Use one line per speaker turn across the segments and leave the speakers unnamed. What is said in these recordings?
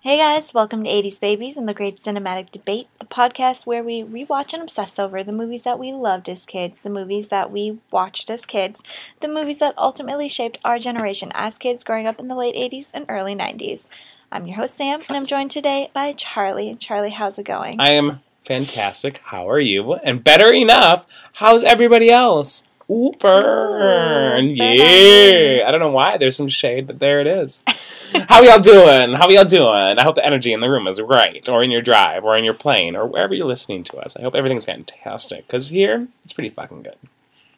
Hey guys, welcome to 80s Babies and the Great Cinematic Debate, the podcast where we rewatch and obsess over the movies that we loved as kids, the movies that we watched as kids, the movies that ultimately shaped our generation as kids growing up in the late 80s and early 90s. I'm your host Sam, and I'm joined today by Charlie. Charlie, how's it going?
I am fantastic. How are you? And better enough, how's everybody else? Ooh, burn.
Ooh, burn.
yeah. I don't know why. There's some shade, but there it is. How y'all doing? How y'all doing? I hope the energy in the room is right, or in your drive, or in your plane, or wherever you're listening to us. I hope everything's fantastic, because here, it's pretty fucking good.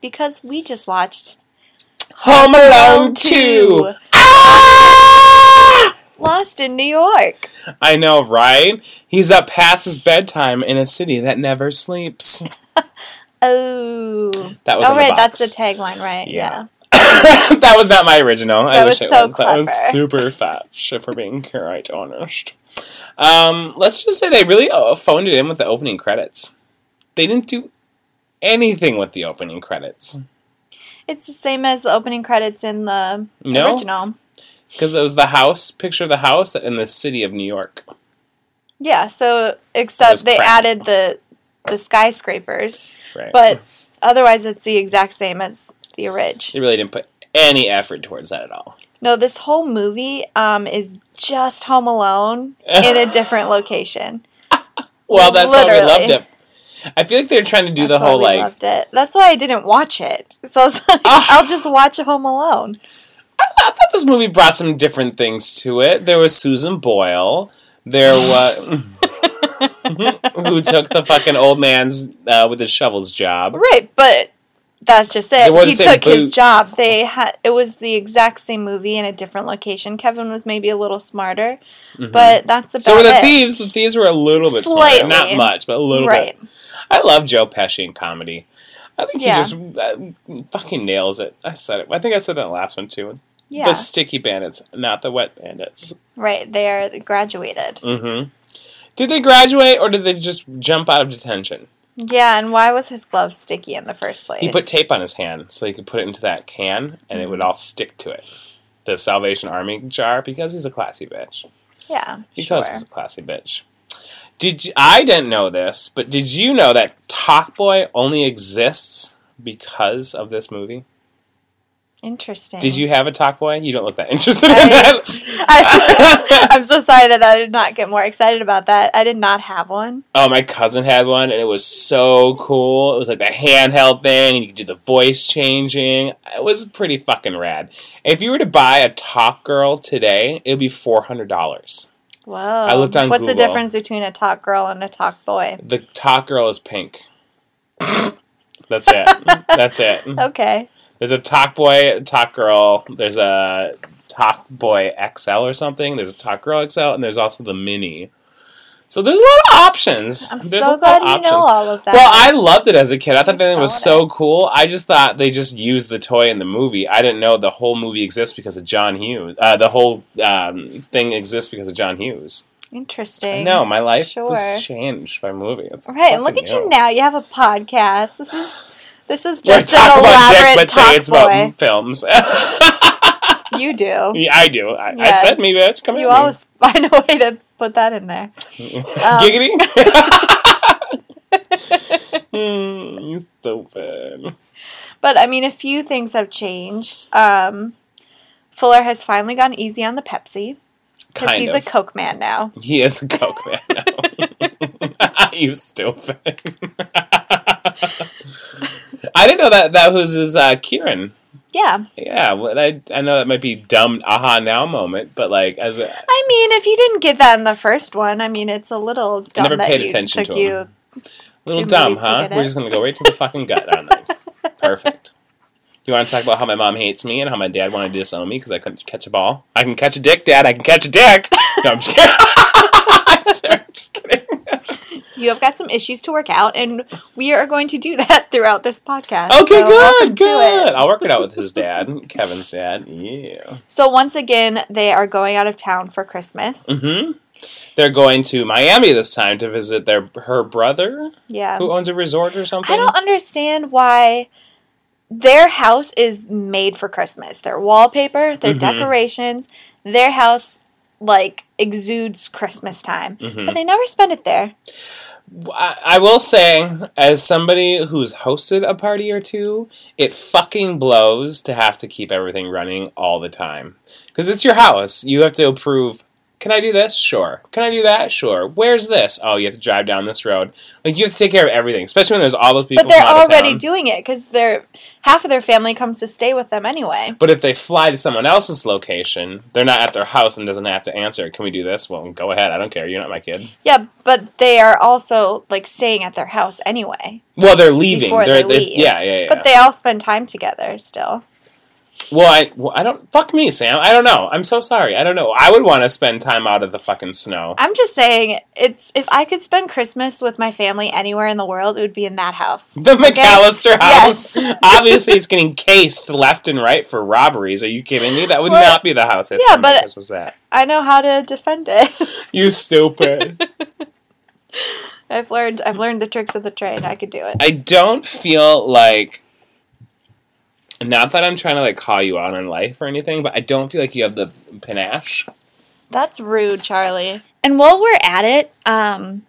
Because we just watched
Home Alone
Alone 2.
2. Ah!
Lost in New York.
I know, right? He's up past his bedtime in a city that never sleeps.
Oh,
That was
oh
on the
right,
box.
that's the tagline, right?
Yeah. that was not my original. I
That
wish
was
it
so
was. That was
clever.
super fetch, if we're being quite honest. Um, let's just say they really uh, phoned it in with the opening credits. They didn't do anything with the opening credits
It's the same as the opening credits in the
No.
original.
because it was the house picture of the house in the city of New York.
Yeah, so
That
except
was
they
crap.
added the the skyscrapers,
Right,
but otherwise it's the exact same as the orig.
they really didn't put any effort towards that at all.
No, this whole movie um, is just Home Alone in a different location.
Well, that's why we loved
Literally.
it. I feel like they're trying to do
That's
the
why
whole
we
like
loved it. That's why I didn't watch it. So I was like, I'll just watch Home Alone.
I thought this movie brought some different things to it. There was Susan Boyle. There was who took the fucking old man's uh, with his shovels job.
Right, but that's just
They
it.
wanted
He
to say
took his
boots.
job. They had it was the exact same movie in a different location. Kevin was maybe a little smarter, but that's about
Mm-hmm. So were the
it.
thieves. The thieves were a little bit smarter,
Slightly.
not much, but a little
right.
bit. I love Joe Pesci in comedy. I think
Yeah.
he just uh, fucking nails it. I said it. I think I said that in the last one too.
Yeah.
The sticky bandits, not the wet bandits.
Right, they are graduated.
Mm-hmm. Did they graduate or did they just jump out of detention?
Yeah, and why was his glove sticky in the first place?
He put tape on his hand so he could put it into that can and it would
Mm-hmm.
all stick to it. The Salvation Army jar because he's a classy bitch.
yeah, sure.
Because he's a classy bitch. Did you, I didn't know this, but did you know that Talk Boy only exists because of this movie?
Interesting.
Did you have a Talk Boy? You don't look that interested in
Mm. I,
that.
I, am so sorry that I did not get more excited about that. I did not have one.
Oh, my cousin had one, and it was so cool. It was like the handheld thing, and you could do the voice changing. It was pretty fucking rad. If you were to buy a Talk Girl today, it would be four hundred dollars.
Whoa.
I looked on
What's the
Google.
difference between a talk girl and a talk boy?
The Talk Girl is pink. That's it. That's it.
Okay.
There's a Talk Boy, a Talk Girl. There's a Talk Boy XL or something. There's a Talk Girl XL, and there's also the Mini. So there's a lot of options.
I'm
there's a
so
lot
glad
of
you know all of that.
Well, I loved it as a kid. I thought
You're
that it was
selling
so cool. I just thought they just used the toy in the movie. I didn't know the whole movie exists because of John Hughes. Uh, the whole um, thing exists because of John Hughes.
Interesting.
No, my life
Sure.
was changed by movies.
Right, and look at you now. You have a podcast. This is this is
We're
just an
talking about dick,
elaborate
but
talk
say it's
boy.
about m- films.
You do.
Yeah, I do. I, I
Yeah.
said me, bitch. Come
You
at me.
always find a way to put that in there. um,
Giggity. Mm, you stupid.
But I mean, a few things have changed. Um, Fuller has finally gone easy on the Pepsi because
Kind
he's
of.
a Coke man now.
He is a coke man now. you stupid. I didn't know that that was his uh, Kieran.
Yeah,
Yeah, well, I I know that might be dumb aha now moment, but like as a,
I mean, if you didn't get that in the first one, I mean, it's a little dumb
never
that
paid
you
attention
took
to
you.
him. little
Two
dumb,
movies to
huh?
get
We're
it.
just gonna go right to the fucking gut on that. Perfect. You want to talk about how my mom hates me and how my dad wanted to disown me because I couldn't catch a ball? I can catch a dick, Dad. I can catch a dick. No, I'm just kidding. I'm sorry, I'm just kidding.
You have got some issues to work out, and we are going to do that throughout this podcast.
Okay,
So welcome
good,
to it.
good. I'll work it out with his dad, Kevin's dad. Yeah.
So once again, they are going out of town for Christmas.
hmm They're going to Miami this time to visit their her brother
Yeah.
who owns a resort or something.
Um, I don't understand why their house is made for Christmas. Their wallpaper, their
Mhm.
decorations, their house like exudes Christmas time,
Mhm.
but they never spend it there.
I, I will say, as somebody who's hosted a party or two, it fucking blows to have to keep everything running all the time. Because it's your house. You have to approve. Can I do this? Sure. Can I do that? Sure. Where's this? Oh, you have to drive down this road. Like, you have to take care of everything, especially when there's all those people
but they're
from out of
already
town.
doing it because their half of their family comes to stay with them anyway.
But if they fly to someone else's location, they're not at their house and doesn't have to answer. Can we do this? Well, go ahead. I don't care. You're not my kid.
Yeah, but they are also like staying at their house anyway
Well, they're leaving.
before
they're,
they
it's-
leave.
Yeah, yeah, yeah.
But they all spend time together still.
Well, I, well, I don't. Fuck me, Sam. I don't know. I'm so sorry. I don't know. I would want to spend time out of the fucking snow.
I'm just saying, it's if I could spend Christmas with my family anywhere in the world, it would be in that house.
The McAllister house.
Yes.
Obviously, it's getting cased left and right for robberies. Are you kidding me? That would
Well,
not be the house.
yeah, but-
Christmas was that.
I know how to defend it.
You stupid.
I've learned. I've learned the tricks of the trade. I could do it.
I don't feel like. Not that I'm trying to like call you out on life or anything, but I don't feel like you have the panache.
That's rude, Charlie. And while we're at it, um,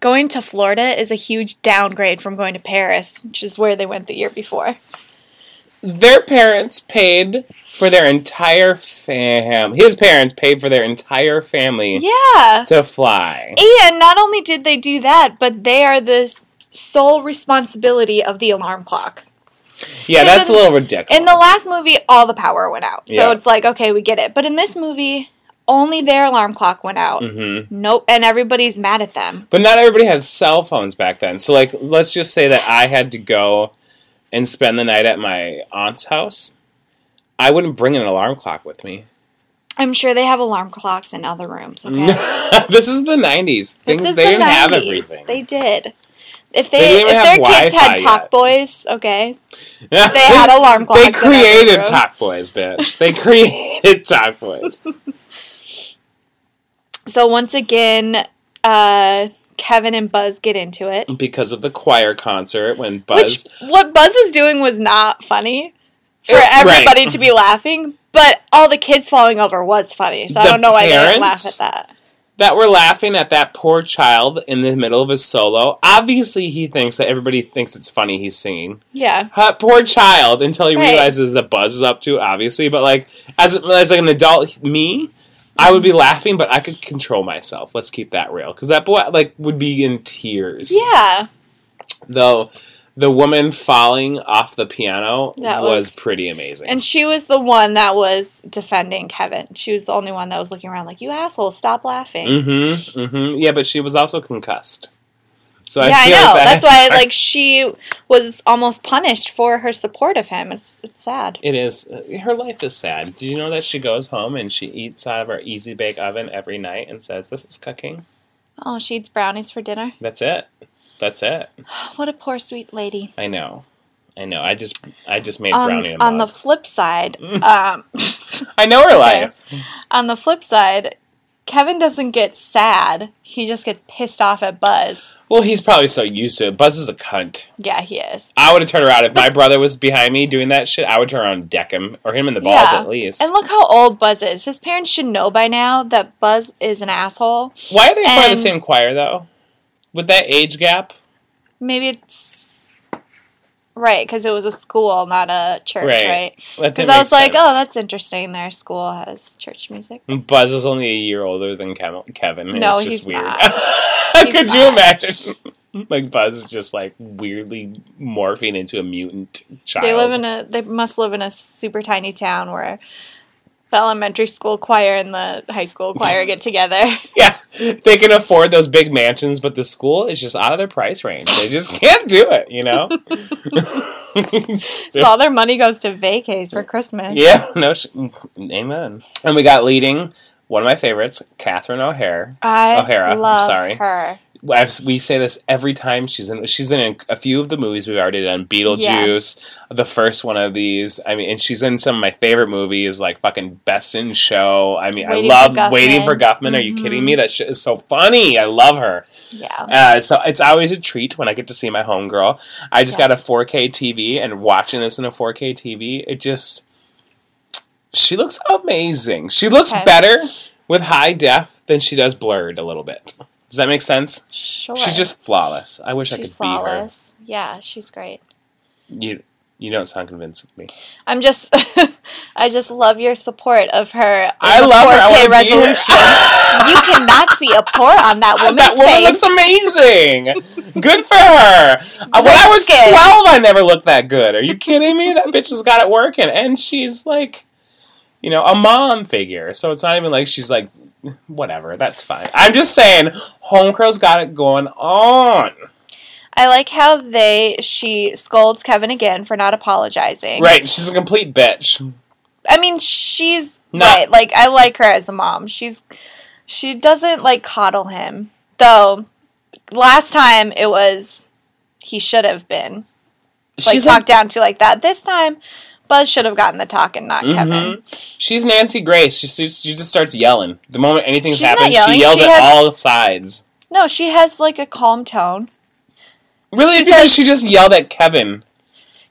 going to Florida is a huge downgrade from going to Paris, which is where they went the year before.
their parents paid for their entire fam. His parents paid for their entire family
Yeah.
to fly.
And not only did they do that, but they are the s- sole responsibility of the alarm clock.
Yeah,
In
that's
the-
a little ridiculous.
In the last movie, all the power went out. So
Yeah.
it's like, okay, we get it. But in this movie, only their alarm clock went out.
hmm
Nope. And everybody's mad at them.
But not everybody had cell phones back then. So, like, let's just say that I had to go and spend the night at my aunt's house. I wouldn't bring an alarm clock with me.
I'm sure they have alarm clocks in other rooms, okay?
this is the '90s. Things
this is
they
the
didn't have
90s.
everything.
They did. If they,
They didn't
if
even have
their kids
Wi-Fi
had Talk
yet.
Boys, okay, they had alarm clocks.
They
in every
created
room.
Talk Boys, bitch. They created Talk Boys.
So once again, uh, Kevin and Buzz get into it.
because of the choir concert when Buzz.
Which what Buzz was doing was not funny for
It-
everybody
right.
to be laughing, but all the kids falling over was funny. So I
The
don't know why they didn't laugh at
parents?
that.
that were laughing at that poor child in the middle of his solo. Obviously, he thinks that everybody thinks it's funny he's singing.
Yeah.
Ha- poor child until he
Right.
realizes that Buzz is up to it, obviously. But like as as like an adult me, I would be laughing, but I could control myself. Let's keep that real because that boy like would be in tears.
Yeah.
Though the woman falling off the piano
That
was,
was-
pretty amazing.
And she was the one that was defending Kevin. She was the only one that was looking around like, you asshole, stop laughing.
Mm-hmm. Mm-hmm. Yeah, but she was also concussed. So
yeah, I
feel
know.
that-
That's why, like, she was almost punished for her support of him. It's it's sad.
it is. Her life is sad. Did you know that she goes home and she eats out of our easy bake oven every night and says, "This is cooking."
Oh, she eats brownies for dinner.
That's it. That's it.
What a poor sweet lady.
I know. I know. I just, I just made
On,
brownie and
on the
log.
flip side, um,
I know her life.
on the flip side, Kevin doesn't get sad. He just gets pissed off at Buzz.
Well, he's probably so used to it. Buzz is a cunt.
Yeah, he is.
I would have turned around if my brother was behind me doing that shit. I would turn around and deck him or hit him in the balls
Yeah.
at least.
And look how old Buzz is. His parents should know by now that Buzz is an asshole.
Why are they part of the
and-
same choir though? With that age gap.
Maybe it's right because it was a school, not a church,
Right.
right? Because
That didn't
I
make
was like, oh,
sense.
that's interesting. Their school has church music.
Buzz is only a year older than Kev- Kevin. and
No,
it's just
he's
weird.
not. He's
Could you
not.
imagine? Like Buzz is just like weirdly morphing into a mutant child.
They live in a. They must live in a super tiny town where the elementary school choir and the high school choir get together.
yeah, they can afford those big mansions, but the school is just out of their price range. They just can't do it, you know.
So all their money goes to vacays for Christmas.
yeah, no, sh- amen. And we got leading one of my favorites, Catherine O'Hare.
I
O'Hara, Oh, I'm
love
sorry.
her.
I've, we say this every time she's in. She's been in a few of the movies we've already done. Beetlejuice, the first one of these. I mean, and she's in some of my favorite movies, like fucking Best in Show. I mean,
Waiting for Guffman.
I
Mm-hmm.
love Waiting for Guffman. Are you kidding me? That shit is so funny. I love her.
Yeah.
Uh, so it's always a treat when I get to see my homegirl. I just got a
Yes.
4K TV, and watching this in a 4K TV, it just she looks amazing. She looks
Okay.
better with high def than she does blurred a little bit. Does that make sense?
Sure.
She's just flawless. I wish I
she's
could
flawless. Yeah, she's great.
be her. You you don't sound convinced with me.
I'm just, I just love your support of her. on
I
the
love her. I
4K
wanna be her.
resolution. you cannot see a pore on that woman's
that woman
face.
looks amazing. good for her. Uh, when I was
Biscuit.
twelve, I never looked that good. Are you kidding me? That bitch has got it working, and she's like, you know, a mom figure. So it's not even like she's like, whatever. That's fine. I'm just saying, homegirl's got it going on.
I like how they she scolds Kevin again for not apologizing.
Right? She's a complete bitch.
I mean, she's
No.
right. Like I like her as a mom. She's she doesn't like coddle him. Though last time it was he should have been like
She's
talked down to like that. This time Buzz should have gotten the talk and not
Mm-hmm.
Kevin.
She's Nancy Grace. She she she just starts yelling the moment anything's
She's not
happening.
yelling.
She yells
She
at
has-
all sides.
No, she has like a calm tone.
Really,
She
because
says-
she just yelled at Kevin.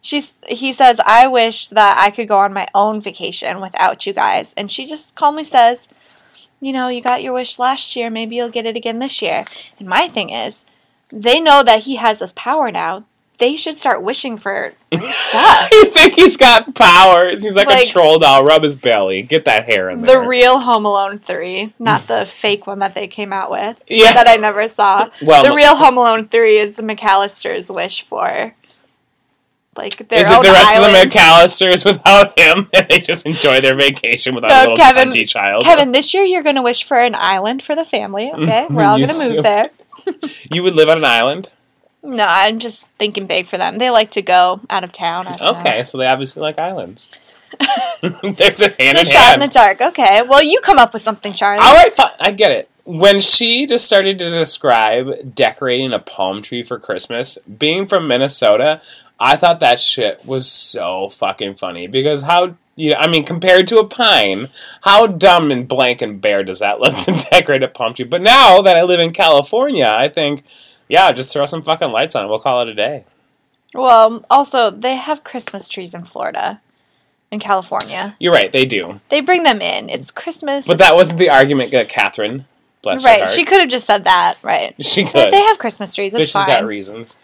She's he says, "I wish that I could go on my own vacation without you guys." And she just calmly says, "You know, you got your wish last year, maybe you'll get it again this year." And my thing is, they know that he has this power now. They should start wishing for great stuff.
you think he's got powers? He's like,
Like-
a troll doll. Rub his belly. Get that hair in
The
there.
real Home Alone 3, not the fake one that they came out with
Yeah.
that I never saw.
Well,
the real Home Alone 3 is the McAllisters' wish for like their
is it
own
the rest of
island.
the McAllisters without him, and they just enjoy their vacation without
No,
a little
Kevin-
cunty child?
Kevin, this year you're going to wish for an island for the family, okay? We're all
You
going to
so-
move there.
you would live on an island.
No, I'm just thinking big for them. They like to go out of town. I don't know.
Okay, so they obviously like islands. There's a hand
It's a
in
shot in
hand.
the dark. Okay. Well, you come up with something, Charlie.
All right, fine. I get it. When she just started to describe decorating a palm tree for Christmas, being from Minnesota, I thought that shit was so fucking funny because how you know, I mean, compared to a pine, how dumb and blank and bare does that look to decorate a palm tree? But now that I live in California, I think, yeah, just throw some fucking lights on it. We'll call it a day.
Well, also, they have Christmas trees in Florida in California.
You're right, they do.
They bring them in. It's Christmas.
But that wasn't the argument that Catherine, bless her
right.
heart,
She could have just said that. Right.
she
But
could.
they have Christmas trees. It's
Bitch has
fine.
got reasons.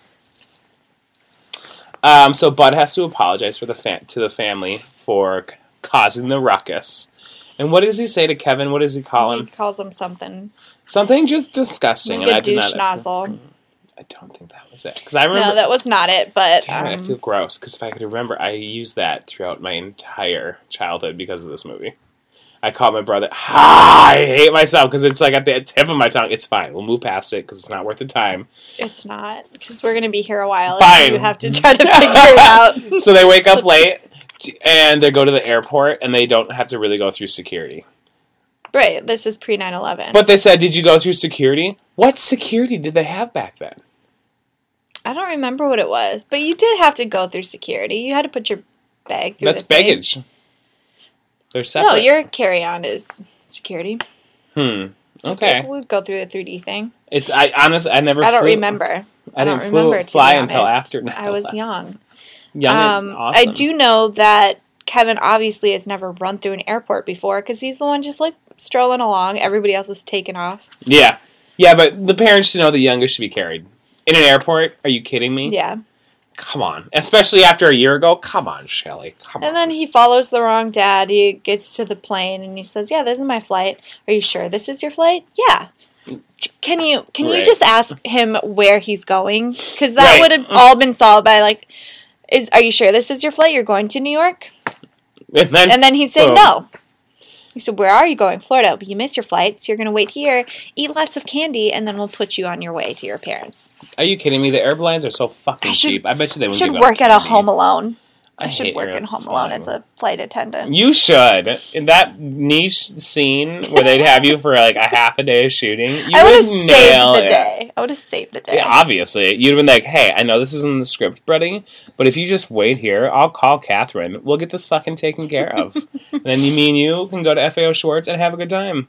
Um, so Bud has to apologize for the fa- to the family for c- causing the ruckus. And what does he say to Kevin? What does he call
he
him?
calls them something.
Something just disgusting.
Like
and I
a
did
douche
not.
nozzle.
I don't think that was it because I remember.
No, that was not it. But
Damn it! I
um,
feel gross because if I could remember, I used that throughout my entire childhood because of this movie. I called my brother. Ah, I hate myself because it's like at the tip of my tongue. It's fine. We'll move past it because it's not worth the time.
It's not because we're gonna be here a while.
Fine.
You have to try to figure it out.
so they wake up late and they go to the airport and they don't have to really go through security.
Right. This is pre 9-11.
But they said, Did you go through security? What security did they have back then?
I don't remember what it was. But you did have to go through security. You had to put your bag. Through
That's
the thing.
baggage. They're separate.
No, your carry on is security.
Hmm. Okay.
We'll go through the 3D thing.
It's I honestly I never
I don't
flew-
remember.
I didn't
don't
flew-
remember, to be
fly until
honest.
after
I was young.
young and
um,
awesome.
I do know that Kevin obviously has never run through an airport before because he's the one just like strolling along. Everybody else is taking off.
Yeah. Yeah, but the parents should know the youngest should be carried. In an airport? Are you kidding me?
Yeah.
Come on. Especially after a year ago. Come on, Shelly. Come
And
on.
then he follows the wrong dad. He gets to the plane and he says, "Yeah, this is my flight. Are you sure this is your flight? Yeah. Can you can you
Right.
just ask him where he's going? Because that
Right. Mm-hmm.
would have all been solved by like, is are you sure this is your flight? You're going to New York?
And then,
And then he'd say
Boom.
no. He said, "Where are you going? Florida. But you missed your flight, so you're going to wait here, eat lots of candy, and then we'll put you on your way to your parents.
Are you kidding me? The airplanes are so fucking
I should-
cheap. I bet you they
I
would
should work at a Home Alone. I, should
hate
work at Home Alone
airplane.
as a flight attendant.
You should. In that niche scene where they'd have you for like a half a day of shooting, you
I would have
would
saved
nail
the
it.
day. I would have saved the day.
Yeah, obviously. You'd have been like, hey, I know this isn't in the script, buddy, but if you just wait here, I'll call Catherine. We'll get this fucking taken care of. and then you, me and you can go to FAO Schwartz and have a good time.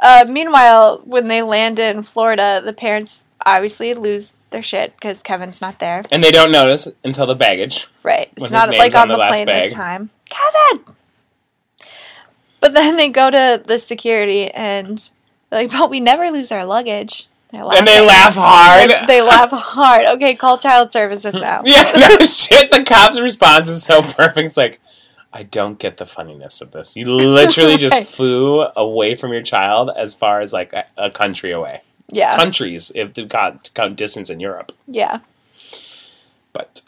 Uh, meanwhile, when they land in Florida, the parents obviously lose their shit because Kevin's not there.
And they don't notice until the baggage.
Right. It's
When his
not
name's
like
on
on
the
the
last
plane
bag.
this time. Kevin! But then they go to the security and they're like, but we never lose our luggage. They're
and they laugh hard.
They, they laugh hard. Okay, call child services now.
Yeah, no shit. The cop's response is so perfect. It's like, I don't get the funniness of this. You literally
Right.
just flew away from your child as far as like a, a country away.
Yeah.
Countries, if you count, count distance in Europe.
Yeah.
But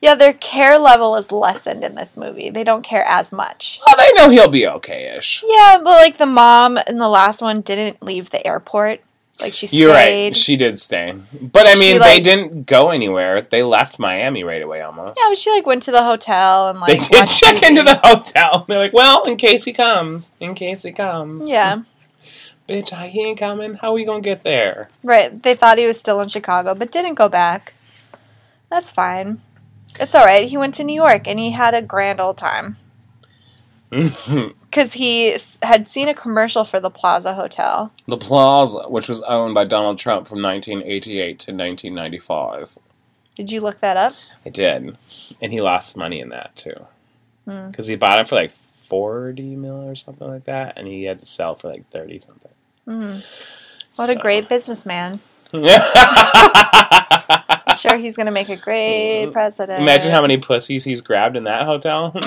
Yeah, their care level is lessened in this movie. They don't care as much.
oh, they know he'll be okay ish.
Yeah, but like the mom in the last one didn't leave the airport. Like she stayed.
You're right. She did stay. But I
She,
mean, they
like-
didn't go anywhere. They left Miami right away almost.
yeah, but she like went to the hotel and like
they did
watched
check
TV.
into the hotel. They're like, well, in case he comes. In case he comes.
Yeah,
Bitch, I- he ain't coming. How we going to get there?
right. They thought he was still in Chicago, but didn't go back. That's fine. It's all right. He went to New York and he had a grand old time
the
because he s- had seen a commercial for the Plaza Hotel.
Plaza, which was owned by Donald Trump from 1988 to 1995.
Did you look that up?
I did. And he lost money in that, too.
Hmm.
Because he bought it for like 40 mil or something like that, and he had to sell for like 30 something.
Mm. What a
So-
great businessman! I'm sure he's gonna make a great president.
Imagine how many pussies he's grabbed in that hotel. Ew,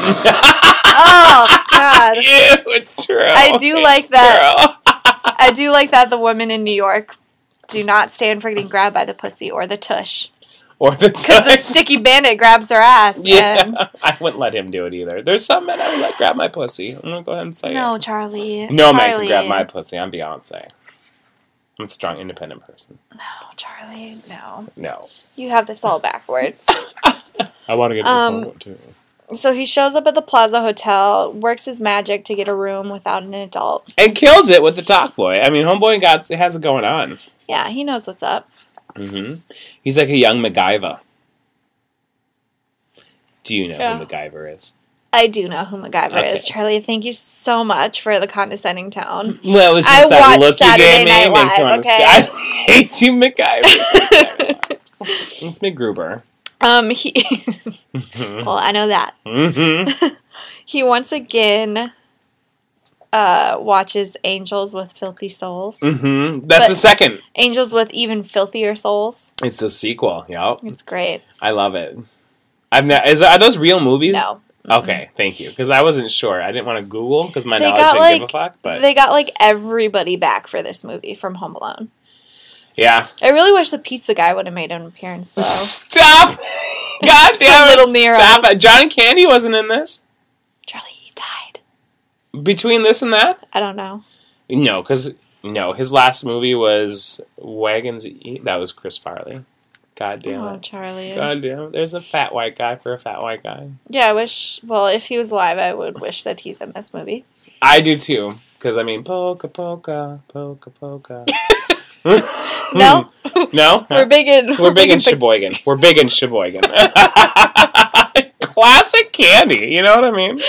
Oh God!
it's true.
I do
It's
like that.
true.
I do like that the women in New York do not stand for getting grabbed by the pussy or the tush
Or the
because the
touch.
sticky bandit grabs her ass.
Yeah,
And
I wouldn't let him do it either. There's some men I would let grab my pussy. I'm gonna go ahead and say
no,
it.
Charlie.
No man
Charlie.
can grab my pussy. I'm Beyonce. I'm a strong, independent person.
No, Charlie. No,
No,
you have this all backwards.
I want to get
Um,
um, one too.
so he shows up at the Plaza Hotel, works his magic to get a room without an adult.
And kills it with the talk boy. I mean, homeboy got has it going on.
Yeah, he knows what's up.
hmm He's like a young MacGyver. Do you know
Yeah.
who MacGyver is?
I do know who MacGyver is,
Okay.
Charlie. Thank you so much for the condescending tone.
Well, it was
I
just that
watched
look
Saturday
you gave
Night
me makes me
Live,
want to.
okay?
I hate you, MacGyver. it's MacGruber.
Um, he. well, I know that.
hmm
he once again uh, watches angels with filthy souls.
hmm That's
But-
the second.
Angels with even filthier souls.
It's the sequel. Yep.
It's great.
I love it. I've ne- is are those real movies?
No.
Okay, thank you. Because I wasn't sure. I didn't want to Google because my
Mm-hmm. They
knowledge
got,
didn't give a
like,
fuck. But
They got like everybody back for this movie from Home Alone.
yeah,
I really wish the pizza guy would have made an appearance though.
stop. God damn it!
Oh. Little Nero.
Stop it. John Candy wasn't in this.
Charlie, he died.
Between this and that,
I don't know.
no, because no, his last movie was Wagons. E- that was Chris Farley. God damn
oh,
it.
Charlie.
God damn it. There's a fat white guy for a fat white guy.
Yeah, I wish. Well, if he was alive, I would wish that he's in this movie.
I do too. Because I mean, polka polka polka polka.
No,
No,
we're big in.
Hmm. We're big in
big-
Sheboygan. We're big in Sheboygan. Classic candy. You know what I mean?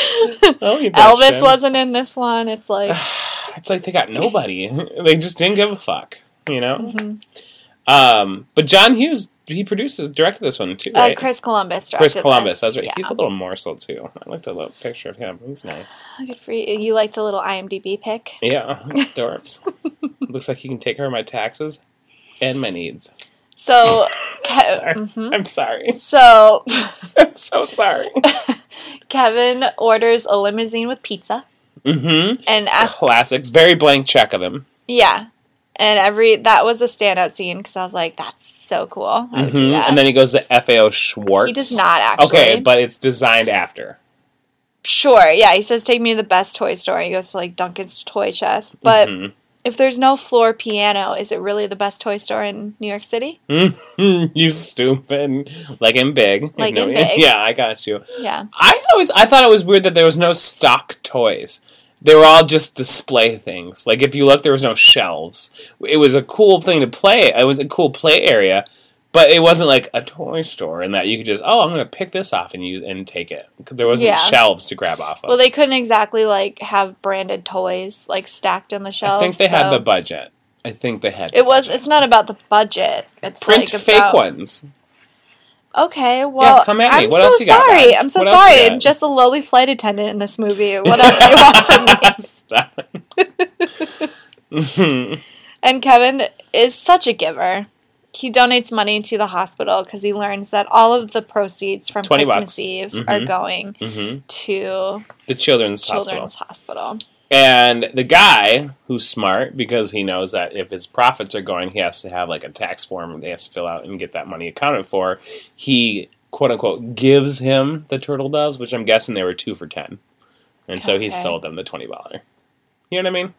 Oh, you
Elvis wasn't in this one. It's like uh,
It's like they got nobody. they just didn't give a fuck. You know.
mhm.
Um, but John Hughes, he produces, directed this one too,
uh,
right?
Chris Columbus.
Chris
directed
Columbus.
this.
That's right.
Yeah.
He's a little morsel too. I looked at a little picture of him. He's nice.
Oh, Good for you. You like the little IMDb pick.
Yeah, it's dorps. Looks like he can take care of my taxes and my needs.
So, Ke-
Sorry.
mhm.
I'm sorry.
so
I'm so sorry.
Kevin orders a limousine with pizza
Mm-hmm.
and asks,
Classics. Very blank check of him.
yeah. And every that was a standout scene because I was like, that's so cool. I would do
Mhm.
that.
And then he goes to FAO Schwartz.
he does not actually.
Okay, but it's designed after.
sure, yeah. He says, "Take me to the best toy store." He goes to like Duncan's toy chest, but
Mhm.
if there's no floor piano, is it really the best toy store in New York City?
Mhm. you stupid, like in big, You
Like
know-
in Big.
Yeah, I got you.
Yeah,
I always I thought it was weird that there was no stock toys. They were all just display things. Like if you look, there was no shelves. It was a cool thing to play. It was a cool play area, but it wasn't like a toy store in that you could just oh I'm gonna pick this off and use and take it because there wasn't
Yeah.
shelves to grab off of.
well, they couldn't exactly like have branded toys like stacked on the
I
shelves.
think they had
so-
the budget. I think they had. the
It was.
budget.
It's not about the budget. It's
print
like
fake
about,
ones.
Okay, well,
come at me.
I'm
What
so
else you got,
sorry.
guys?
I'm so
What else you
sorry.
got?
I'm just a lowly flight attendant in this movie. What else do you want from me?
Stop. Mhm.
And Kevin is such a giver. He donates money to the hospital because he learns that all of the proceeds from
20
Christmas
bucks.
Eve
Mhm.
are going
Mhm.
to
The children's, hospital.
Children's Hospital.
And the guy who's smart because he knows that if his profits are going, he has to have like a tax form they has to fill out and get that money accounted for. He quote unquote gives him the turtle doves, which I'm guessing they were two for ten, and so he
Okay.
sold them the twenty dollar. You know what I mean?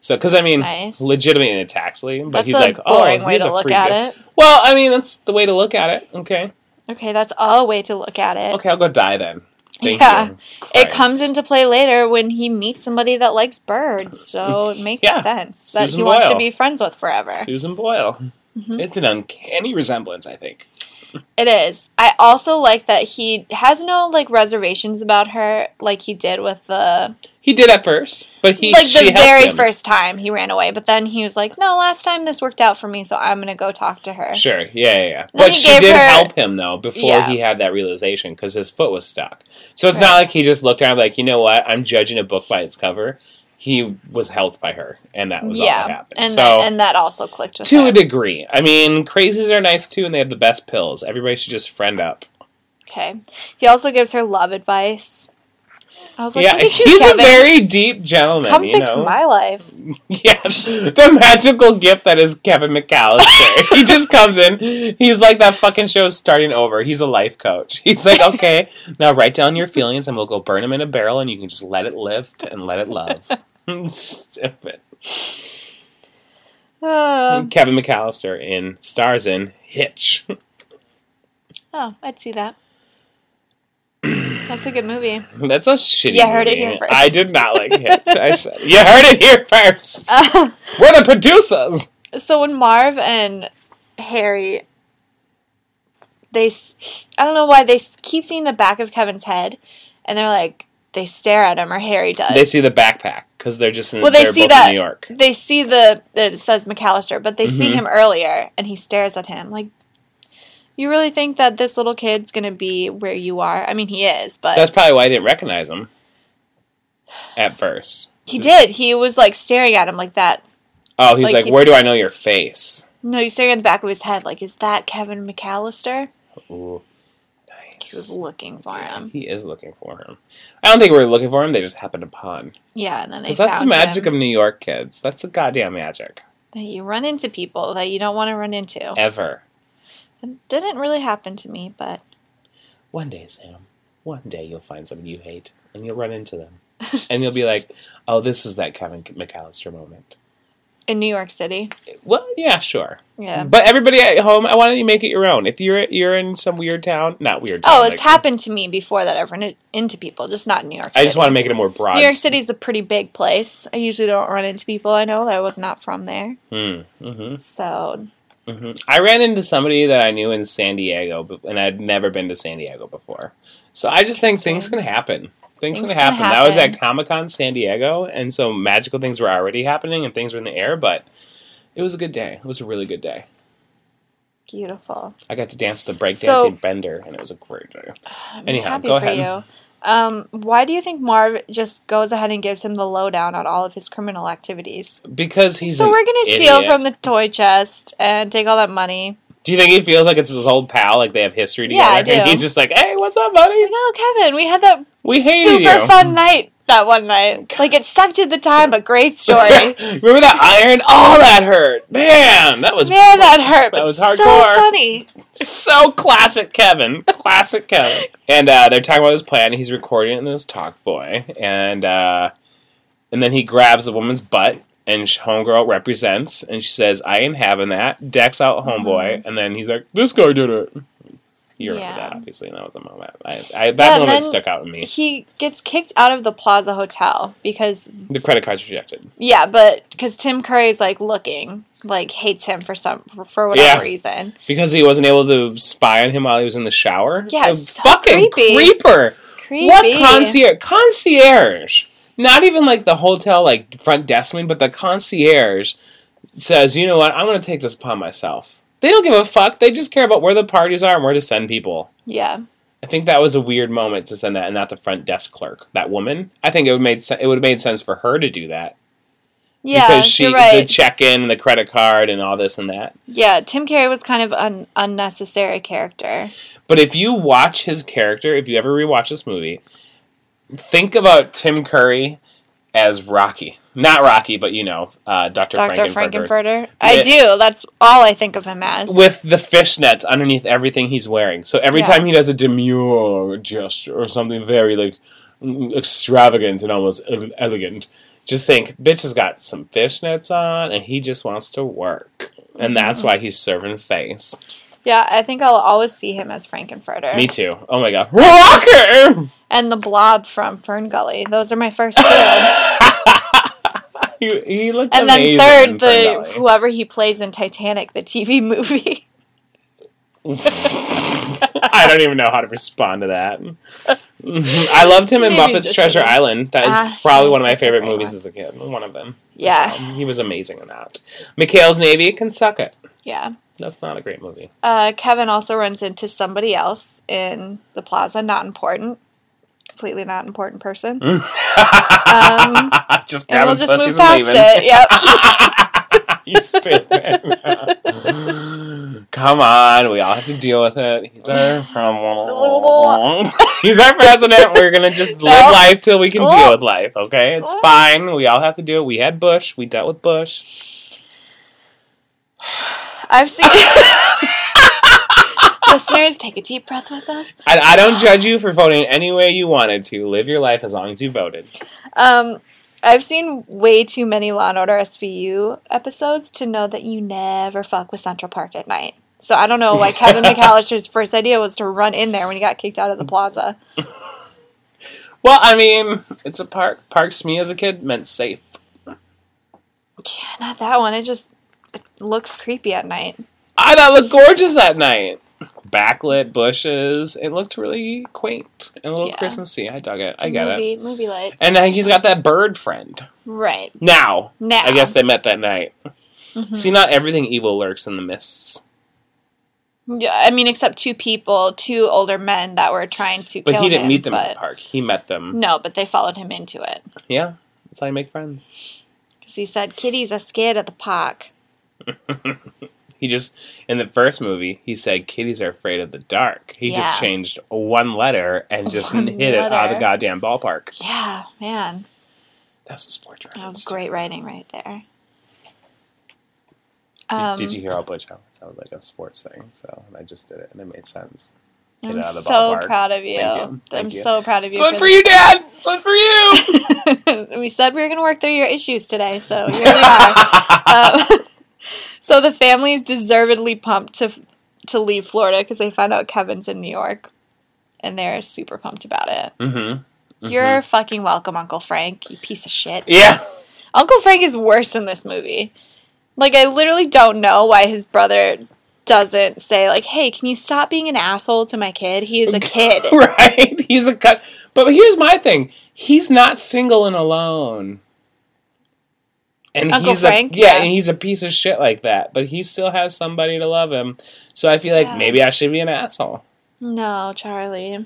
So because I mean,
Nice.
legitimately in a tax lien, but
That's
he's
a
like,
boring
oh,
way
here's
to
a
look
free
at
gift.
it.
Well, I mean, that's the way to look at it. Okay,
Okay, that's a way to look at it.
okay, I'll go die then. Thank
Yeah.
you.
It comes
Christ.
into play later when he meets somebody that likes birds, so it makes
Yeah.
sense that
Susan
he wants to
Boyle.
be friends with forever.
Susan Boyle.
Mhm.
It's an uncanny resemblance, I think.
It is. I also like that he has no like reservations about her, like he did with the
He did at first, but he
like
she
the
helped
very
him.
first time he ran away. But then he was like, "No, last time this worked out for me, so I'm gonna go talk to her."
Sure, yeah, yeah. yeah. But
he
she
gave
did
her-
help him though before
Yeah.
he had that realization because his foot was stuck. So it's
Right.
not like he just looked around like, you know what? I'm judging a book by its cover. He was helped by her, and that was all that
yeah,
happened.
and
so
that, and that also clicked with
to
her.
a degree, I mean, crazies are nice too, and they have the best pills. Everybody should just friend up.
okay, he also gives her love advice. I was like,
yeah,
"Look at you,
he's
Kevin.
a very deep gentleman.
come
you
fix
know?
my life."
Yeah, the magical gift that is Kevin McAllister. he just comes in. He's like that fucking show's starting over. He's a life coach. He's like, okay, now write down your feelings and we'll go burn them in a barrel and you can just let it lift and let it love. Stupid.
Uh,
Kevin McAllister in stars in Hitch.
oh, I'd see that. That's a good movie.
That's a shitty.
You heard it
movie.
here first.
I did not like Hitch. I said you heard it here first.
Uh,
We're the producers.
So when Marv and Harry, they, s- I don't know why they s- keep seeing the back of Kevin's head, and they're like they stare at him or Harry does.
They see the backpack because they're just in.
Well, they
they're
see
both
that-
in New York.
They see the that it says McAllister, but they see
Mhm.
him earlier, and he stares at him like. You really think that this little kid's gonna be where you are? I mean, he is, but
That's probably why I didn't recognize him at first.
he did. He was like staring at him like that.
Oh, he's
Like
like,
he-
where do I know your face?
No, he's staring at the back of his head. Like, is that Kevin McAllister?
Ooh,
He was
nice.
looking for him.
He is looking for him. I don't think we were looking for him. They just happened upon.
Yeah, and then they
Because that's the
found him.
magic of New York kids. That's the goddamn magic.
that you run into people that you don't want to run into.
Ever.
It didn't really happen to me, but
One day, Sam. One day you'll find something you hate, and you'll run into them, and you'll be like, "Oh, this is that Kevin McAllister moment."
in New York City,
Well, yeah, sure.
yeah.
But everybody at home, I want you to make it your own. If you're you're in some weird town, not weird town.
Oh, it's
like-
happened to me before that I've run it- into people, just not in New York City.
I just want to make it a more broad.
New York City's a pretty big place. I usually don't run into people I know that I was not from there.
Mm, mhm,
So,
mhm. I ran into somebody that I knew in San Diego, but- and I'd never been to San Diego before. So I just think things can happen. Things, can, happen. That was
happen.
at Comic Con San Diego, and so magical things were already happening and things were in the air. But it was a good day. It was a really good day.
beautiful.
I got to dance with the breakdancing
So-
bender, and it was a great day.
I'm
Anyhow,
happy
go
for
ahead.
you. Um, why do you think Marv just goes ahead and gives him the lowdown on all of his criminal activities?
Because he's
so
an
we're gonna steal
Hmm. idiot.
from the toy chest and take all that money.
Do you think he feels like it's his old pal, like they have history together?
Yeah, I
And
do.
he's just like, "Hey, what's up, buddy?
Like, oh, Kevin, we had that
We hated
super
you."
fun night that one night. Like it sucked at the time, but great story.
Remember that iron? Oh, that hurt, man. That was
Man, that hurt. But
That was
So
hardcore.
funny.
so classic, Kevin. Classic Kevin. And uh, they're talking about his plan. He's recording it in this talk boy, and uh, and then he grabs the woman's butt, and sh- homegirl represents, and she says, "I ain't having that." Decks out homeboy, and then he's like, "This guy did it." You remember
Mm-hmm. Yeah.
that, obviously. and That was a moment. I, I, that
Yeah, and
moment
then-
stuck out in me.
He gets kicked out of the Plaza Hotel because
The credit card's rejected.
yeah, but because Tim Curry's like looking like hates him for some for whatever
Yeah.
reason.
Because he wasn't able to spy on him while he was in the shower.
Yeah,
A
so
fucking
creepy.
creeper.
Creepy.
What concierge? Concierge. Not even like the hotel like front deskman, but the concierge says, "You know what? I'm going to take this upon myself. They don't give a fuck. They just care about where the parties are and where to send people.
Yeah.
I think that was a weird moment to send that, and not the front desk clerk, that woman. I think it would made se- it would have made sense for her to do that
Yeah.
because she
you're right.
the check in and the credit card and all this and that.
yeah. Tim Carey was kind of an unnecessary character.
But if you watch his character, if you ever rewatch this movie, think about Tim Curry as Rocky, not Rocky, but you know, uh, Doctor
Dr.
Frankenfurter.
Frankenfurter. I
Yeah.
do. That's all I think of him as.
with the fishnets underneath everything he's wearing. So every
Yeah.
time he does a demure gesture or something very like extravagant and almost ele- elegant, just think, bitch has got some fishnets on and he just wants to work. And that's why he's serving face.
yeah, I think I'll always see him as Frankenfurter.
Me too. Oh my god. Rocker!
and the blob from Fern Gully. Those are my first two.
he, he looked
and
amazing.
then third,
in
the
Ferngully.
whoever he plays in Titanic, the TV movie.
I don't even know how to respond to that. Mm-hmm. I loved him in
Maybe
Muppets
just
Treasure
shouldn't.
Island. That is
Ah,
probably one of
yes,
my
that's a
favorite
great
movies
one.
as a kid. One of them.
Yeah,
Um, he was amazing in that. Mikhail's Navy can suck it.
yeah.
That's not a great movie.
Uh, Kevin also runs into somebody else in the plaza. Not important. Completely not important person. Um,
just
and we'll
grabbing
just
pussies
move
Mm, and
past
leaving.
it. Yep.
you stupid. Come on, we all have to deal with it. He's our, problem. He's our president. We're gonna just live
No.
life till we can deal
Oh.
with life. Okay, it's
Oh.
fine. We all have to do it. We had Bush. We dealt with Bush.
I've seen. Listeners, take a deep breath with us.
I, I don't judge you for voting any way you wanted to. Live your life as long as you voted.
Um, I've seen way too many Law and Order SVU episodes to know that you never fuck with Central Park at night. So I don't know why Kevin McAllister's first idea was to run in there when he got kicked out of the plaza.
Well, I mean, it's a park. Parks to me as a kid meant safe.
Yeah, not that one. It just it looks creepy at night.
I thought it looked gorgeous that night. Backlit bushes. It looked really quaint and a little
Yeah.
Christmassy. I dug it. I get it.
movie, Movie lights.
And then he's got that bird friend.
right
Now,
now, Mm-hmm.
I guess they met that night. See, not everything evil lurks in the mists.
Yeah, I mean, except two people, two older men that were trying to.
But
kill
he didn't
him,
meet them
but- Mm.
at the park. He met them.
No, but they followed him into it
Yeah, that's how you make friends.
because he said kitties are scared at the park.
He just in the first movie he said kitties are afraid of the dark. He just
Yeah.
changed one letter and just
One
hit it out of
letter.
the goddamn ballpark.
Yeah, man.
That's what sports
That was
reference.
Oh, great writing right there.
Did,
Um,
did you hear all Butch It sounded like a sports thing, so I just did it and it made sense. Get
I'm
it out of the
so
ballpark.
proud of you.
Thank you.
I'm
Thank you.
so proud of you.
This one for you, Dad. This one for you.
you. we said we were going to work through your issues today, so here we are. um, so the family's deservedly pumped to to leave Florida because they found out Kevin's in New York, and they're super pumped about it.
mm-hmm.
You're fucking welcome, Uncle Frank. You piece of shit.
yeah.
Uncle Frank is worse in this movie. Like, I literally don't know why his brother doesn't say, like, hey, can you stop being an asshole to my kid? He is a kid.
right. He's a cut. But here's my thing. He's not single and alone. And
Uncle
he's
Frank?
a yeah,
Yeah.
and he's a piece of shit like that. But he still has somebody to love him. So I feel like
Yeah.
maybe I should be an asshole.
no, Charlie.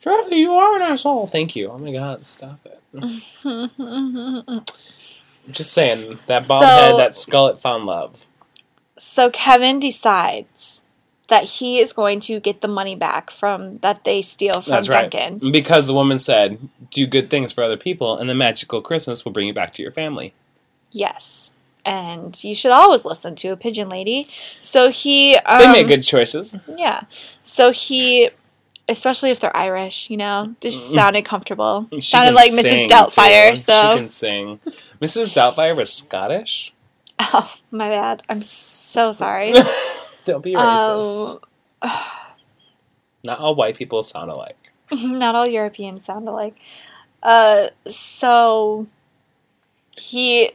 Charlie, you are an asshole. Thank you. Oh my god, stop it. Just saying that bald
So-
head, that skull, it found love.
so Kevin decides that he is going to get the money back from that they steal from
That's right.
Duncan.
Because the woman said, "Do good things for other people, and the magical Christmas will bring you back to your family."
Yes. And you should always listen to a pigeon lady. So he. Um,
They make good choices.
Yeah. So he, especially if they're Irish, you know, just sounded comfortable.
Mm. She
sounded
can
like Mrs.
sing,
Doubtfire.
too. she
So,
can sing. Mrs. Doubtfire was Scottish.
oh, my bad. I'm so sorry.
Don't be racist.
um,
Not all white people sound alike.
Um, not all Europeans sound alike. Uh, so he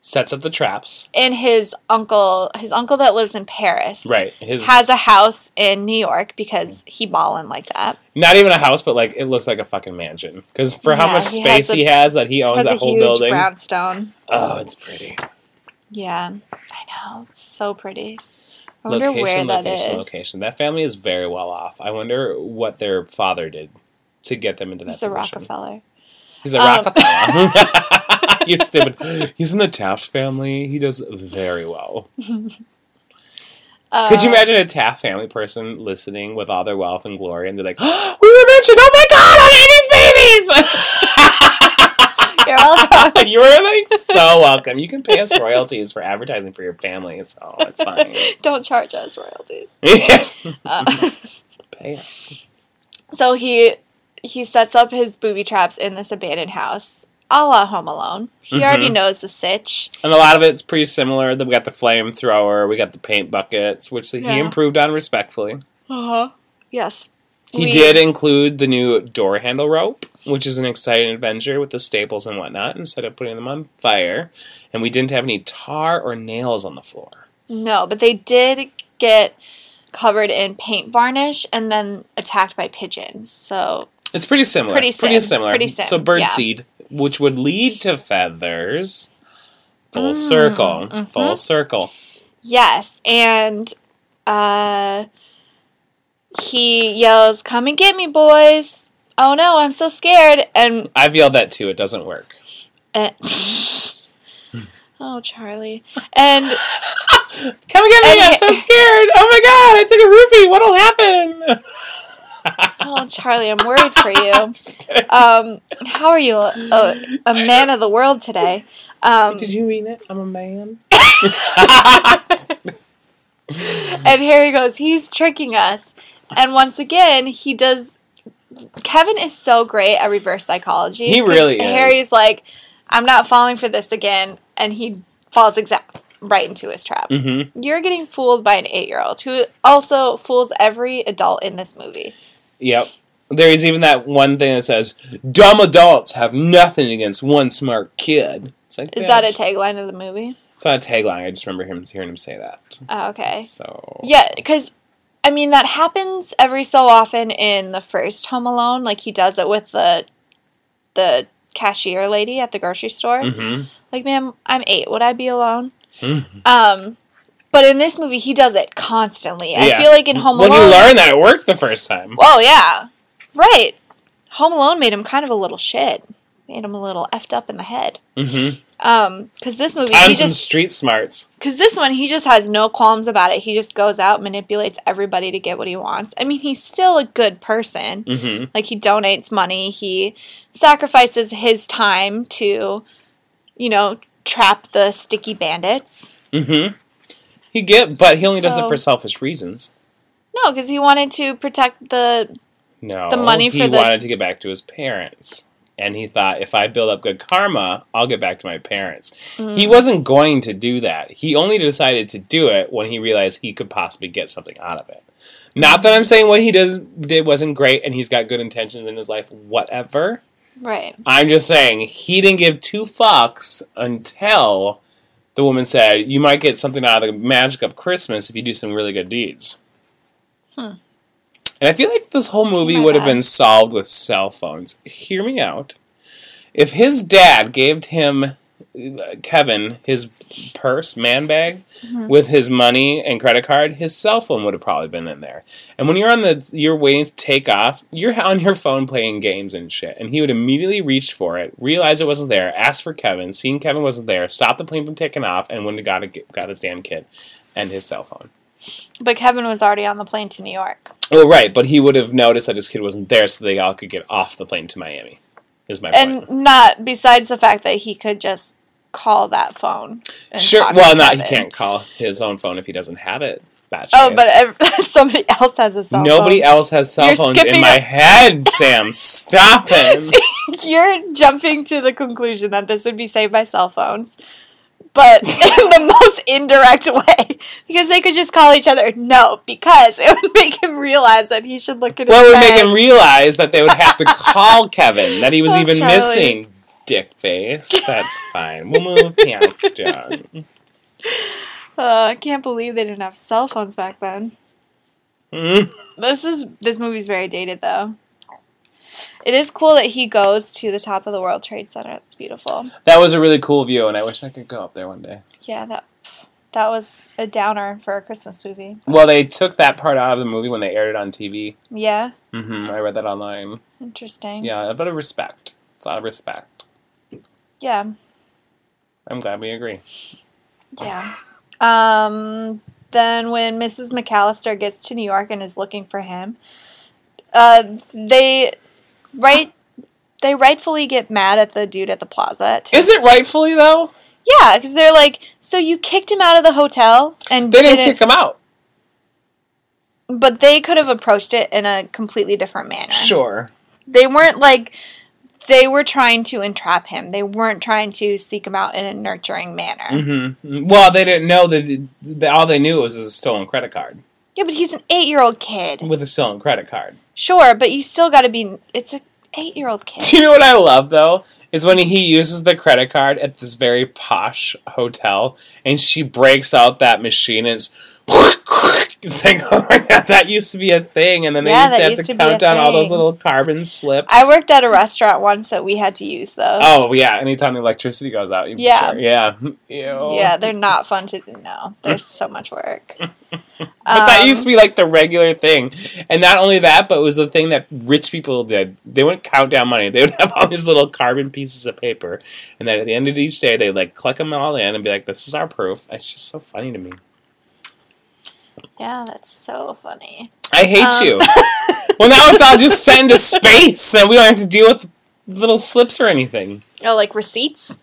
Sets up the traps.
and his uncle, his uncle that lives in Paris,
Right. His
has a house in New York because he ballin' like that.
not even a house, but like it looks like a fucking mansion. Because for how
Yeah,
much
he
space
has a-
he has that he owns
has
Oh, that
a
whole
huge
building.
brownstone.
Oh, it's pretty.
Yeah, I know. It's so pretty. I wonder where
location,
that is.
location, location. That family is very well off. I wonder what their father did to get them into that
He's a
position.
Rockefeller.
He's a
Um.
Rockefeller. you stupid. He's in the Taft family. He does very well. Could you
Uh,
imagine a Taft family person listening with all their wealth and glory, and they're like, "We were mentioned. Oh my god,
You're
I
all
had these babies." you were like so welcome. You can pay us royalties for advertising for your family, so it's fine.
Don't charge us royalties. Uh,
pay us.
so he he sets up his booby traps in this abandoned house, a la Home Alone. He already
Mhm.
knows the sitch.
And a lot of it's pretty similar. Then we got the flamethrower, we got the paint buckets, which
Yeah.
he improved on respectfully.
Uh huh. Yes.
He
We-
did include the new door handle rope, which is an exciting adventure with the staples and whatnot, instead of putting them on fire. And we didn't have any tar or nails on the floor.
No, but they did get covered in paint varnish and then attacked by pigeons. So
It's pretty similar.
Pretty sim,
similar.
pretty sim,
so bird
yeah.
seed, which would lead to feathers. Full
Mm,
circle.
mhm.
Full circle.
yes, and uh, he yells, "Come and get me, boys!" Oh no, I'm so scared. And
I've yelled that too. It doesn't work.
uh, oh, Charlie, and
Come and get me!
And
I'm
he-
so scared. Oh my god! I took a roofie. What'll happen?
oh, Charlie, I'm worried for you.
Just kidding.
Um, how are you, a, a man of the world today? Um,
Did you mean it? I'm a man.
And Harry goes, he's tricking us. And once again, he does. Kevin is so great at reverse psychology.
He really
'Cause
is.
Harry's like, I'm not falling for this again. And he falls exact right into his trap.
Mm-hmm.
You're getting fooled by an eight year old who also fools every adult in this movie.
Yep. There is even that one thing that says, "Dumb adults have nothing against one smart kid." It's like
Is that a
bitch.
tagline of the movie?
it's not a tagline. I just remember him hearing him say that.
Oh, okay.
So
Yeah, because I mean that happens every so often in the first Home Alone. Like he does it with the the cashier lady at the grocery store.
Mhm.
Like, ma'am, I'm eight. Would I be alone?
Mhm.
Um, but in this movie, he does it constantly. I
Yeah.
feel like in Home
when
Alone.
you learn that it worked the first time,
Whoa, yeah, right. Home Alone made him kind of a little shit. Made him a little effed up in the head.
mm-hmm.
Um, because this movie,
I'm
he
some
just
street smarts.
Because this one, he just has no qualms about it. He just goes out, manipulates everybody to get what he wants. I mean, he's still a good person.
Mm-hmm.
Like, he donates money, he sacrifices his time to, you know, trap the sticky bandits.
Mm-hmm. He get, but he only does
So-
it for selfish reasons.
No, because he wanted to protect the.
No,
The money
he
for the-
wanted to get back to his parents, and he thought if I build up good karma, I'll get back to my parents.
Mm.
He wasn't going to do that. He only decided to do it when he realized he could possibly get something out of it. Not that I'm saying what he does did wasn't great, and he's got good intentions in his life. Whatever.
Right.
I'm just saying he didn't give two fucks until the woman said, "You might get something out of the magic of Christmas if you do some really good deeds."
Hmm.
And I feel like this whole movie
might
would have
have.
been solved with cell phones. Hear me out. If his dad gave him uh, Kevin his purse, man bag,
Mm-hmm.
with his money and credit card, his cell phone would have probably been in there. And when you're on the you're waiting to take off, you're on your phone playing games and shit. And he would immediately reach for it, realize it wasn't there, ask for Kevin, seeing Kevin wasn't there, stop the plane from taking off, and wouldn't have got a, got his damn kid and his cell phone.
But Kevin was already on the plane to New York.
Well, right, but he would have noticed that his kid wasn't there, so they all could get off the plane to Miami. Is my point.
And not besides the fact that he could just call that phone. and
Sure.
talk
Well,
to
not he
Kevin.
can't call his own phone if he doesn't have it. Bad
Oh,
choice.
but ev- somebody else has a cell
Nobody
phone.
else has cell
You're
phones
skipping
in my
a-
head, Sam. Stop it.
You're jumping to the conclusion that this would be saved by cell phones, but in the most indirect way because they could just call each other. No, because it would make him realize that he should look at.
Well, it
his
would make
bag.
him realize that they would have to call Kevin, that he was
Oh,
even
Charlie.
missing. Dick face. That's fine. We'll move past it.
Uh, I can't believe they didn't have cell phones back then.
Mm.
This is this movie's very dated though. It is cool that he goes to the top of the World Trade Center. It's beautiful.
That was a really cool view, and I wish I could go up there one day.
Yeah, that That was a downer for a Christmas movie.
Well, they took that part out of the movie when they aired it on TV.
Yeah,
hmm I read that online.
interesting.
Yeah, a bit of respect. It's a lot of respect.
Yeah.
I'm glad we agree.
Yeah. Um, then when Mrs. McAllister gets to New York and is looking for him, uh, they right they rightfully get mad at the dude at the plaza. too.
Is it rightfully though?
yeah, because they're like, so you kicked him out of the hotel and
They
didn't,
didn't kick him out.
but they could have approached it in a completely different manner.
Sure.
They weren't like they were trying to entrap him. They weren't trying to seek him out in a nurturing manner.
Mm-hmm. Well, they didn't know that. that all they knew was it was a stolen credit card
Yeah, but he's an eight-year-old kid.
with a stolen credit card.
Sure, but you still got to be. It's a eight year old kid.
Do you know what I love though? Is when he uses the credit card at this very posh hotel and she breaks out that machine and it's, it's like, oh my god, that used to be a thing. And then
Yeah, that
they used to
used
have to,
to be a
count down all those
thing.
little carbon slips.
I worked at a restaurant once that we had to use those.
Oh, yeah. Anytime the electricity goes out. you-
Yeah.
Sure. Yeah. Ew.
yeah, they're not fun to no. There's so much work. Um,
But that used to be like the regular thing. And not only that, but it was the thing that rich people did. They wouldn't count down money. They would have all these little carbon pieces of paper. And then at the end of each day, they'd like collect them all in and be like, this is our proof. It's just so funny to me.
yeah, that's so funny.
I hate
Um,
you. well, now it's all just sent to space and we don't have to deal with little slips or anything.
Oh, like receipts.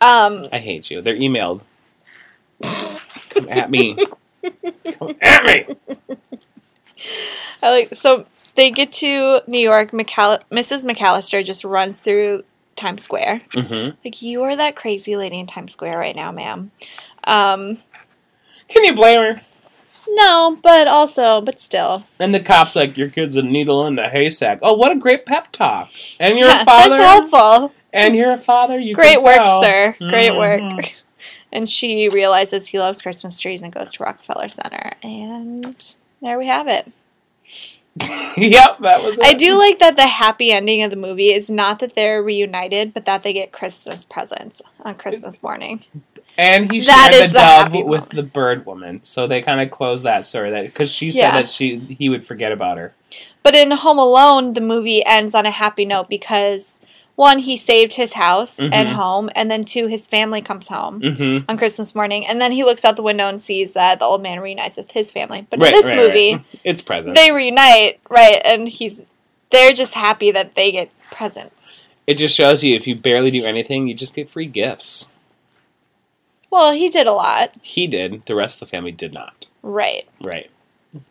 Um,
I hate you. They're emailed. Come at me. Come at me.
I like so they get to New York. McAll- Mrs. McAllister just runs through Times Square.
hmm
Like you are that crazy lady in Times Square right now, ma'am. Um,
Can you blame her?
no, but also, but still.
And the cop's like, Your kid's a needle in a haystack. Oh, what a great pep talk. And you're
Yeah,
a father.
That's helpful.
And you're a father. You
Great
can
work,
tell.
sir. Great work.
Mhm.
And she realizes he loves Christmas trees and goes to Rockefeller Center. And there we have it.
yep, that was it.
I do like that the happy ending of the movie is not that they're reunited, but that they get Christmas presents on Christmas morning.
And he
That
shared
is
the
the
dove
happy
with
moment.
the bird woman. So they kind of closed that story that because she said
Yeah.
that she he would forget about her.
But in Home Alone, the movie ends on a happy note because one, he saved his house and
Mhm.
home, and then two, his family comes home.
hmm
on Christmas morning, and then he looks out the window and sees that the old man reunites with his family. But
Right,
in this
right, Mm-hmm.
movie,
right. it's presents.
they reunite, right? And he's they're just happy that they get presents.
it just shows you if you barely do anything, you just get free gifts.
Well, he did a lot,
He did. The rest of the family did not.
right?
Right.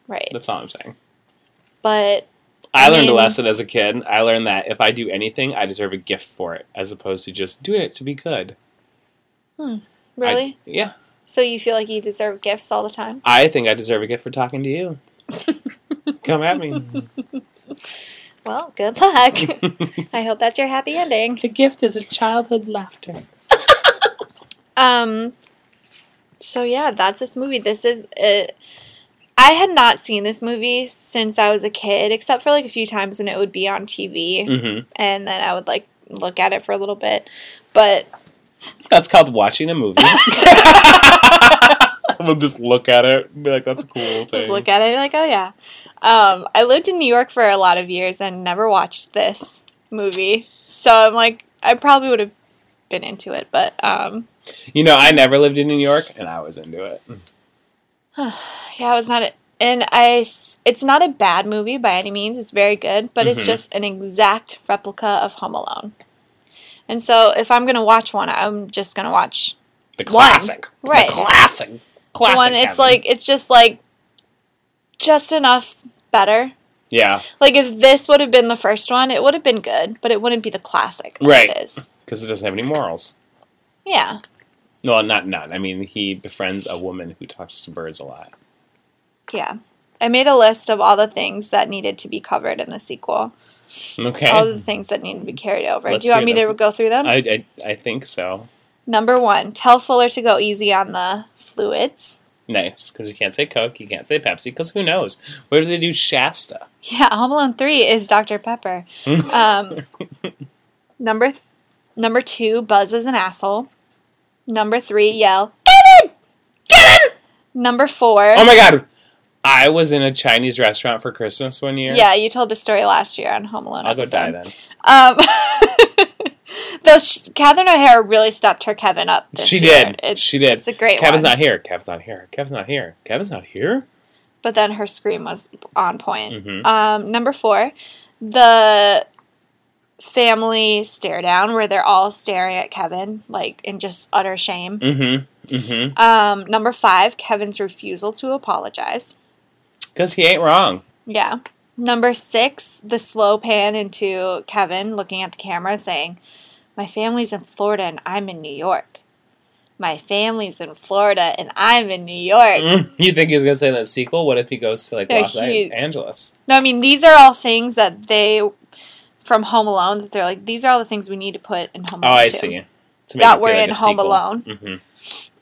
Right.
That's all I'm saying.
But
I,
I
learned a
mean-
lesson as a kid. I learned that if I do anything, I deserve a gift for it, as opposed to just doing it to be good. I-
really,
yeah.
so you feel like you deserve gifts all the time?
I think I deserve a gift for talking to you. Come at me.
Well, good luck. I hope that's your happy ending.
The gift is a childhood laughter.
Um. So yeah, that's this movie. This is it. I had not seen this movie since I was a kid, except for like a few times when it would be on TV.
hmm
and then I would like look at it for a little bit. But
That's called watching a movie. we'll just look at it and be like, that's a cool thing.
just look at it like, oh yeah. Um, I lived in New York for a lot of years and never watched this movie, so I'm like, I probably would have been into it, but um,
you know, I never lived in New York, and I was into it.
yeah, I was not. A- and I, s- it's not a bad movie by any means. It's very good, but
Mhm.
it's just an exact replica of Home Alone. And so, if I'm gonna watch one, I'm just gonna watch
The
One.
classic.
Right.
The classic. Classic.
one. It's
Kevin.
like it's just like just enough better
Yeah,
Like if this would have been the first one, it would have been good, but it wouldn't be the classic. that
Right.
It is.
because it doesn't have any morals.
Yeah.
No, not none. I mean, he befriends a woman who talks to birds a lot.
Yeah. I made a list of all the things that needed to be covered in the sequel.
Okay.
All the things that needed to be carried over.
Let's
Do you want me
hear them.
to go through them?
I, I I think so.
Number one, tell Fuller to go easy on the fluids.
Nice, because you can't say Coke, you can't say Pepsi, because who knows? Where do they do Shasta?
Yeah, Home Alone Three is Dr. Pepper. Um, number th- number two, Buzz is an asshole. Number three, yell, David, Number four.
Oh my god. I was in a Chinese restaurant for Christmas one year.
yeah, you told the story last year on Home Alone.
I'll go
episode.
die then.
Um, though sh Catherine O'Hara really stepped her Kevin up. This
She
year.
did.
It's,
She did.
It's a great
Kevin's
one.
not here. Kevin's not here. Kevin's not here. Kevin's not here.
but then her scream was on point.
Mhm.
Um, number four, the family stare down where they're all staring at Kevin, like in just utter shame.
Mm-hmm. Mm-hmm.
Um, number five, Kevin's refusal to apologize.
Because he ain't wrong.
Yeah. Number six, the slow pan into Kevin looking at the camera saying, My family's in Florida and I'm in New York. My family's in Florida and I'm in New York.
Mm. You think he's gonna say that sequel? What if he goes to like
They're
Los
huge.
Angeles?
No, I mean, these are all things that they, from Home Alone, that they're like, these are all the things we need to put in Home
Oh,
Alone.
I
too."
see. To
That we're in Home Alone.
hmm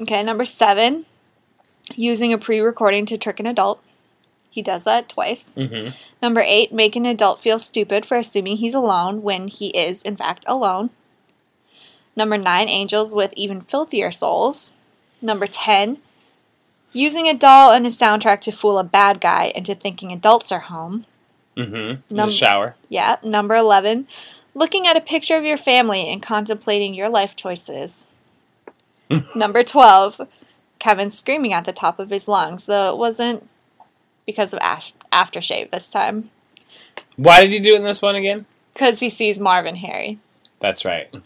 Okay, number seven, using a pre recording to trick an adult. He does that twice.
hmm
Number eight, make an adult feel stupid for assuming he's alone when he is, in fact, alone. Number nine, angels with even filthier souls. Number ten, using a doll and a soundtrack to fool a bad guy into thinking adults are home.
Mm-hmm. In
Num-
the shower.
Yeah. Number eleven, looking at a picture of your family and contemplating your life choices. Number twelve, Kevin screaming at the top of his lungs, though it wasn't because of ash- aftershave this time.
Why did you do it in this one again?
because he sees Marvin Harry.
That's right. Not,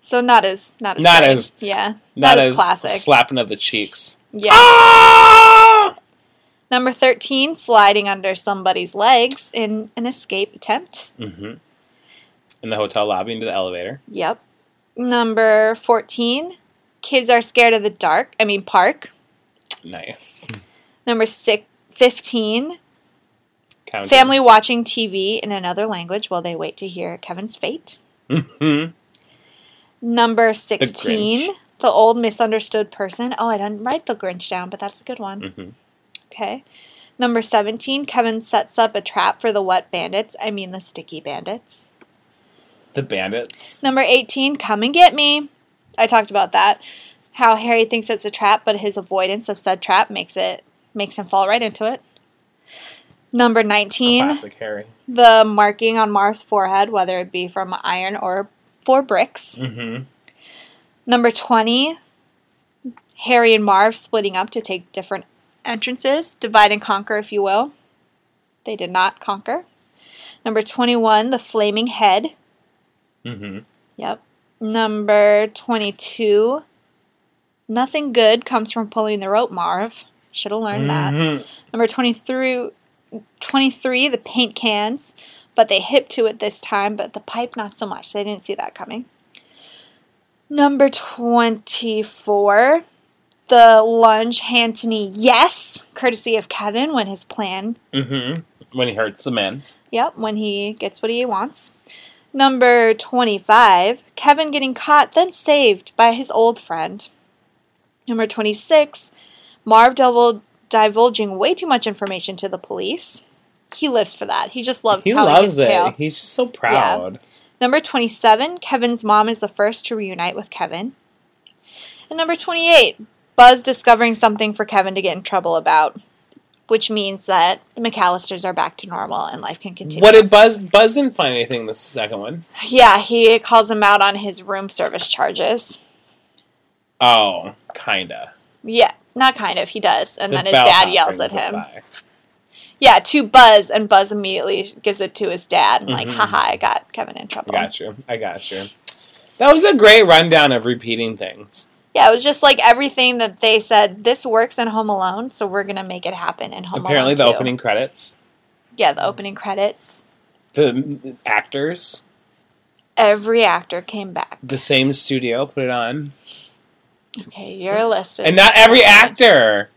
So not as not as
Not
great.
as-
yeah not, as, classic
slapping of the cheeks.
yeah.
Ah!
Number thirteen, sliding under somebody's legs in an escape attempt.
hmm In the hotel lobby into the elevator.
Yep. Number fourteen, kids are scared of the dark. I mean park.
Nice.
Number six, fifteen,
Counting.
family watching TV in another language while they wait to hear Kevin's fate.
Mhm.
Number sixteen, the, old misunderstood person. Oh, I didn't write the Grinch down, but that's a good one.
Mhm.
Okay. Number 17, Kevin sets up a trap for the wet bandits. I mean, the sticky bandits.
The bandits.
Number 18, Come and Get Me. I talked about that. How Harry thinks it's a trap, but his avoidance of said trap makes it makes him fall right into it. Number 19,
Classic Harry.
the marking on Mars' forehead, whether it be from iron or four bricks.
Mm-hmm.
Number 20, Harry and Marv splitting up to take different entrances, divide and conquer, if you will. They did not conquer. Number 21, the flaming head.
Mm-hmm.
Yep. Number 22, nothing good comes from pulling the rope, Marv. Should have learned that.
Mhm.
Number 23, 23, the paint cans, but they hip to it this time, but the pipe not so much. They didn't see that coming. Number 24, the lunge hand to knee, yes, courtesy of Kevin when his plan,
Mhm. When he hurts the men.
yep, when he gets what he wants. Number 25, Kevin getting caught, then saved by his old friend. Number 26, Marv Devil divulging way too much information to the police. He lives for that. He just loves
he
telling
loves
his
it.
tale.
He's just so proud.
Number 27, Kevin's mom is the first to reunite with Kevin. And number 28, Buzz discovering something for Kevin to get in trouble about, which means that the McAllisters are back to normal and life can continue.
What did Buzz? Buzz didn't find anything in the second one.
Yeah, he calls him out on his room service charges.
Oh, kinda.
Yeah, not kind of, he does. And
The
then his
bellhop
dad yells at
brings it
him.
by.
Yeah, to Buzz, and Buzz immediately gives it to his dad and, like,
Mhm.
haha, I got Kevin in
I
trouble.
got you. I got you. That was a great rundown of repeating things.
Yeah, it was just like everything that they said, this works in Home Alone, so we're going to make it happen in Home
Apparently,
Alone.
the
too."
opening credits,
Yeah, the opening credits.
the m- actors,
Every actor came back.
the same studio put it on,
Okay, your list is.
and not every actor.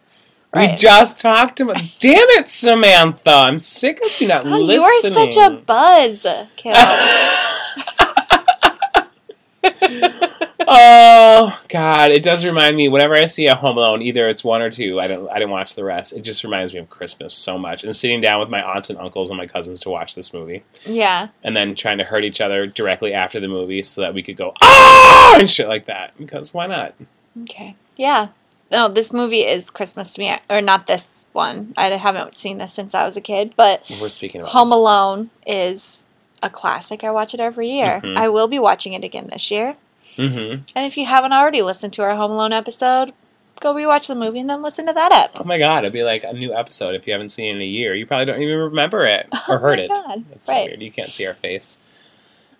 We
Right.
just talked about. Damn it, Samantha! I'm sick of you not
Oh, you are
listening.
such a buzz, Kill.
oh God! It does remind me. Whenever I see a Home Alone, either it's one or two. I don't. I didn't watch the rest. It just reminds me of Christmas so much. And sitting down with my aunts and uncles and my cousins to watch this movie,
yeah.
and then trying to hurt each other directly after the movie so that we could go ah and shit like that. Because why not?
Okay. Yeah. no, this movie is Christmas to me, or not this one. I haven't seen this since I was a kid, but
We're speaking about
Home
this.
Alone is a classic. I watch it every year.
Mhm.
I will be watching it again this year.
Mhm.
And if you haven't already listened to our Home Alone episode, go rewatch the movie and then listen to that up.
Oh my god, it'd be like a new episode if you haven't seen it in a year. You probably don't even remember it or
Oh
heard
my
it.
God.
That's so
Right.
weird. You can't see our face.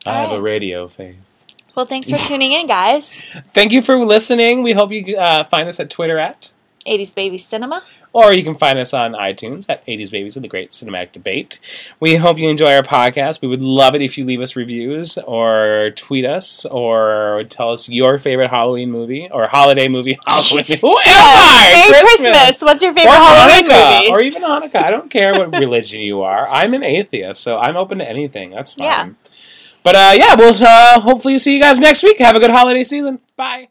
All
I have a
right.
radio face.
Well, thanks for tuning in, guys.
Thank you for listening. We hope you uh, find us at Twitter at,
80s Baby Cinema.
or you can find us on iTunes at 80s Babies of the Great Cinematic Debate. We hope you enjoy our podcast. We would love it if you leave us reviews or tweet us or tell us your favorite Halloween movie or holiday movie. Halloween. Who am I?
Merry Christmas. What's your favorite Halloween movie?
or even Hanukkah. I don't care what religion you are. I'm an atheist, so I'm open to anything. That's fine.
Yeah.
But uh, yeah, we'll uh, hopefully see you guys next week. Have a good holiday season. Bye.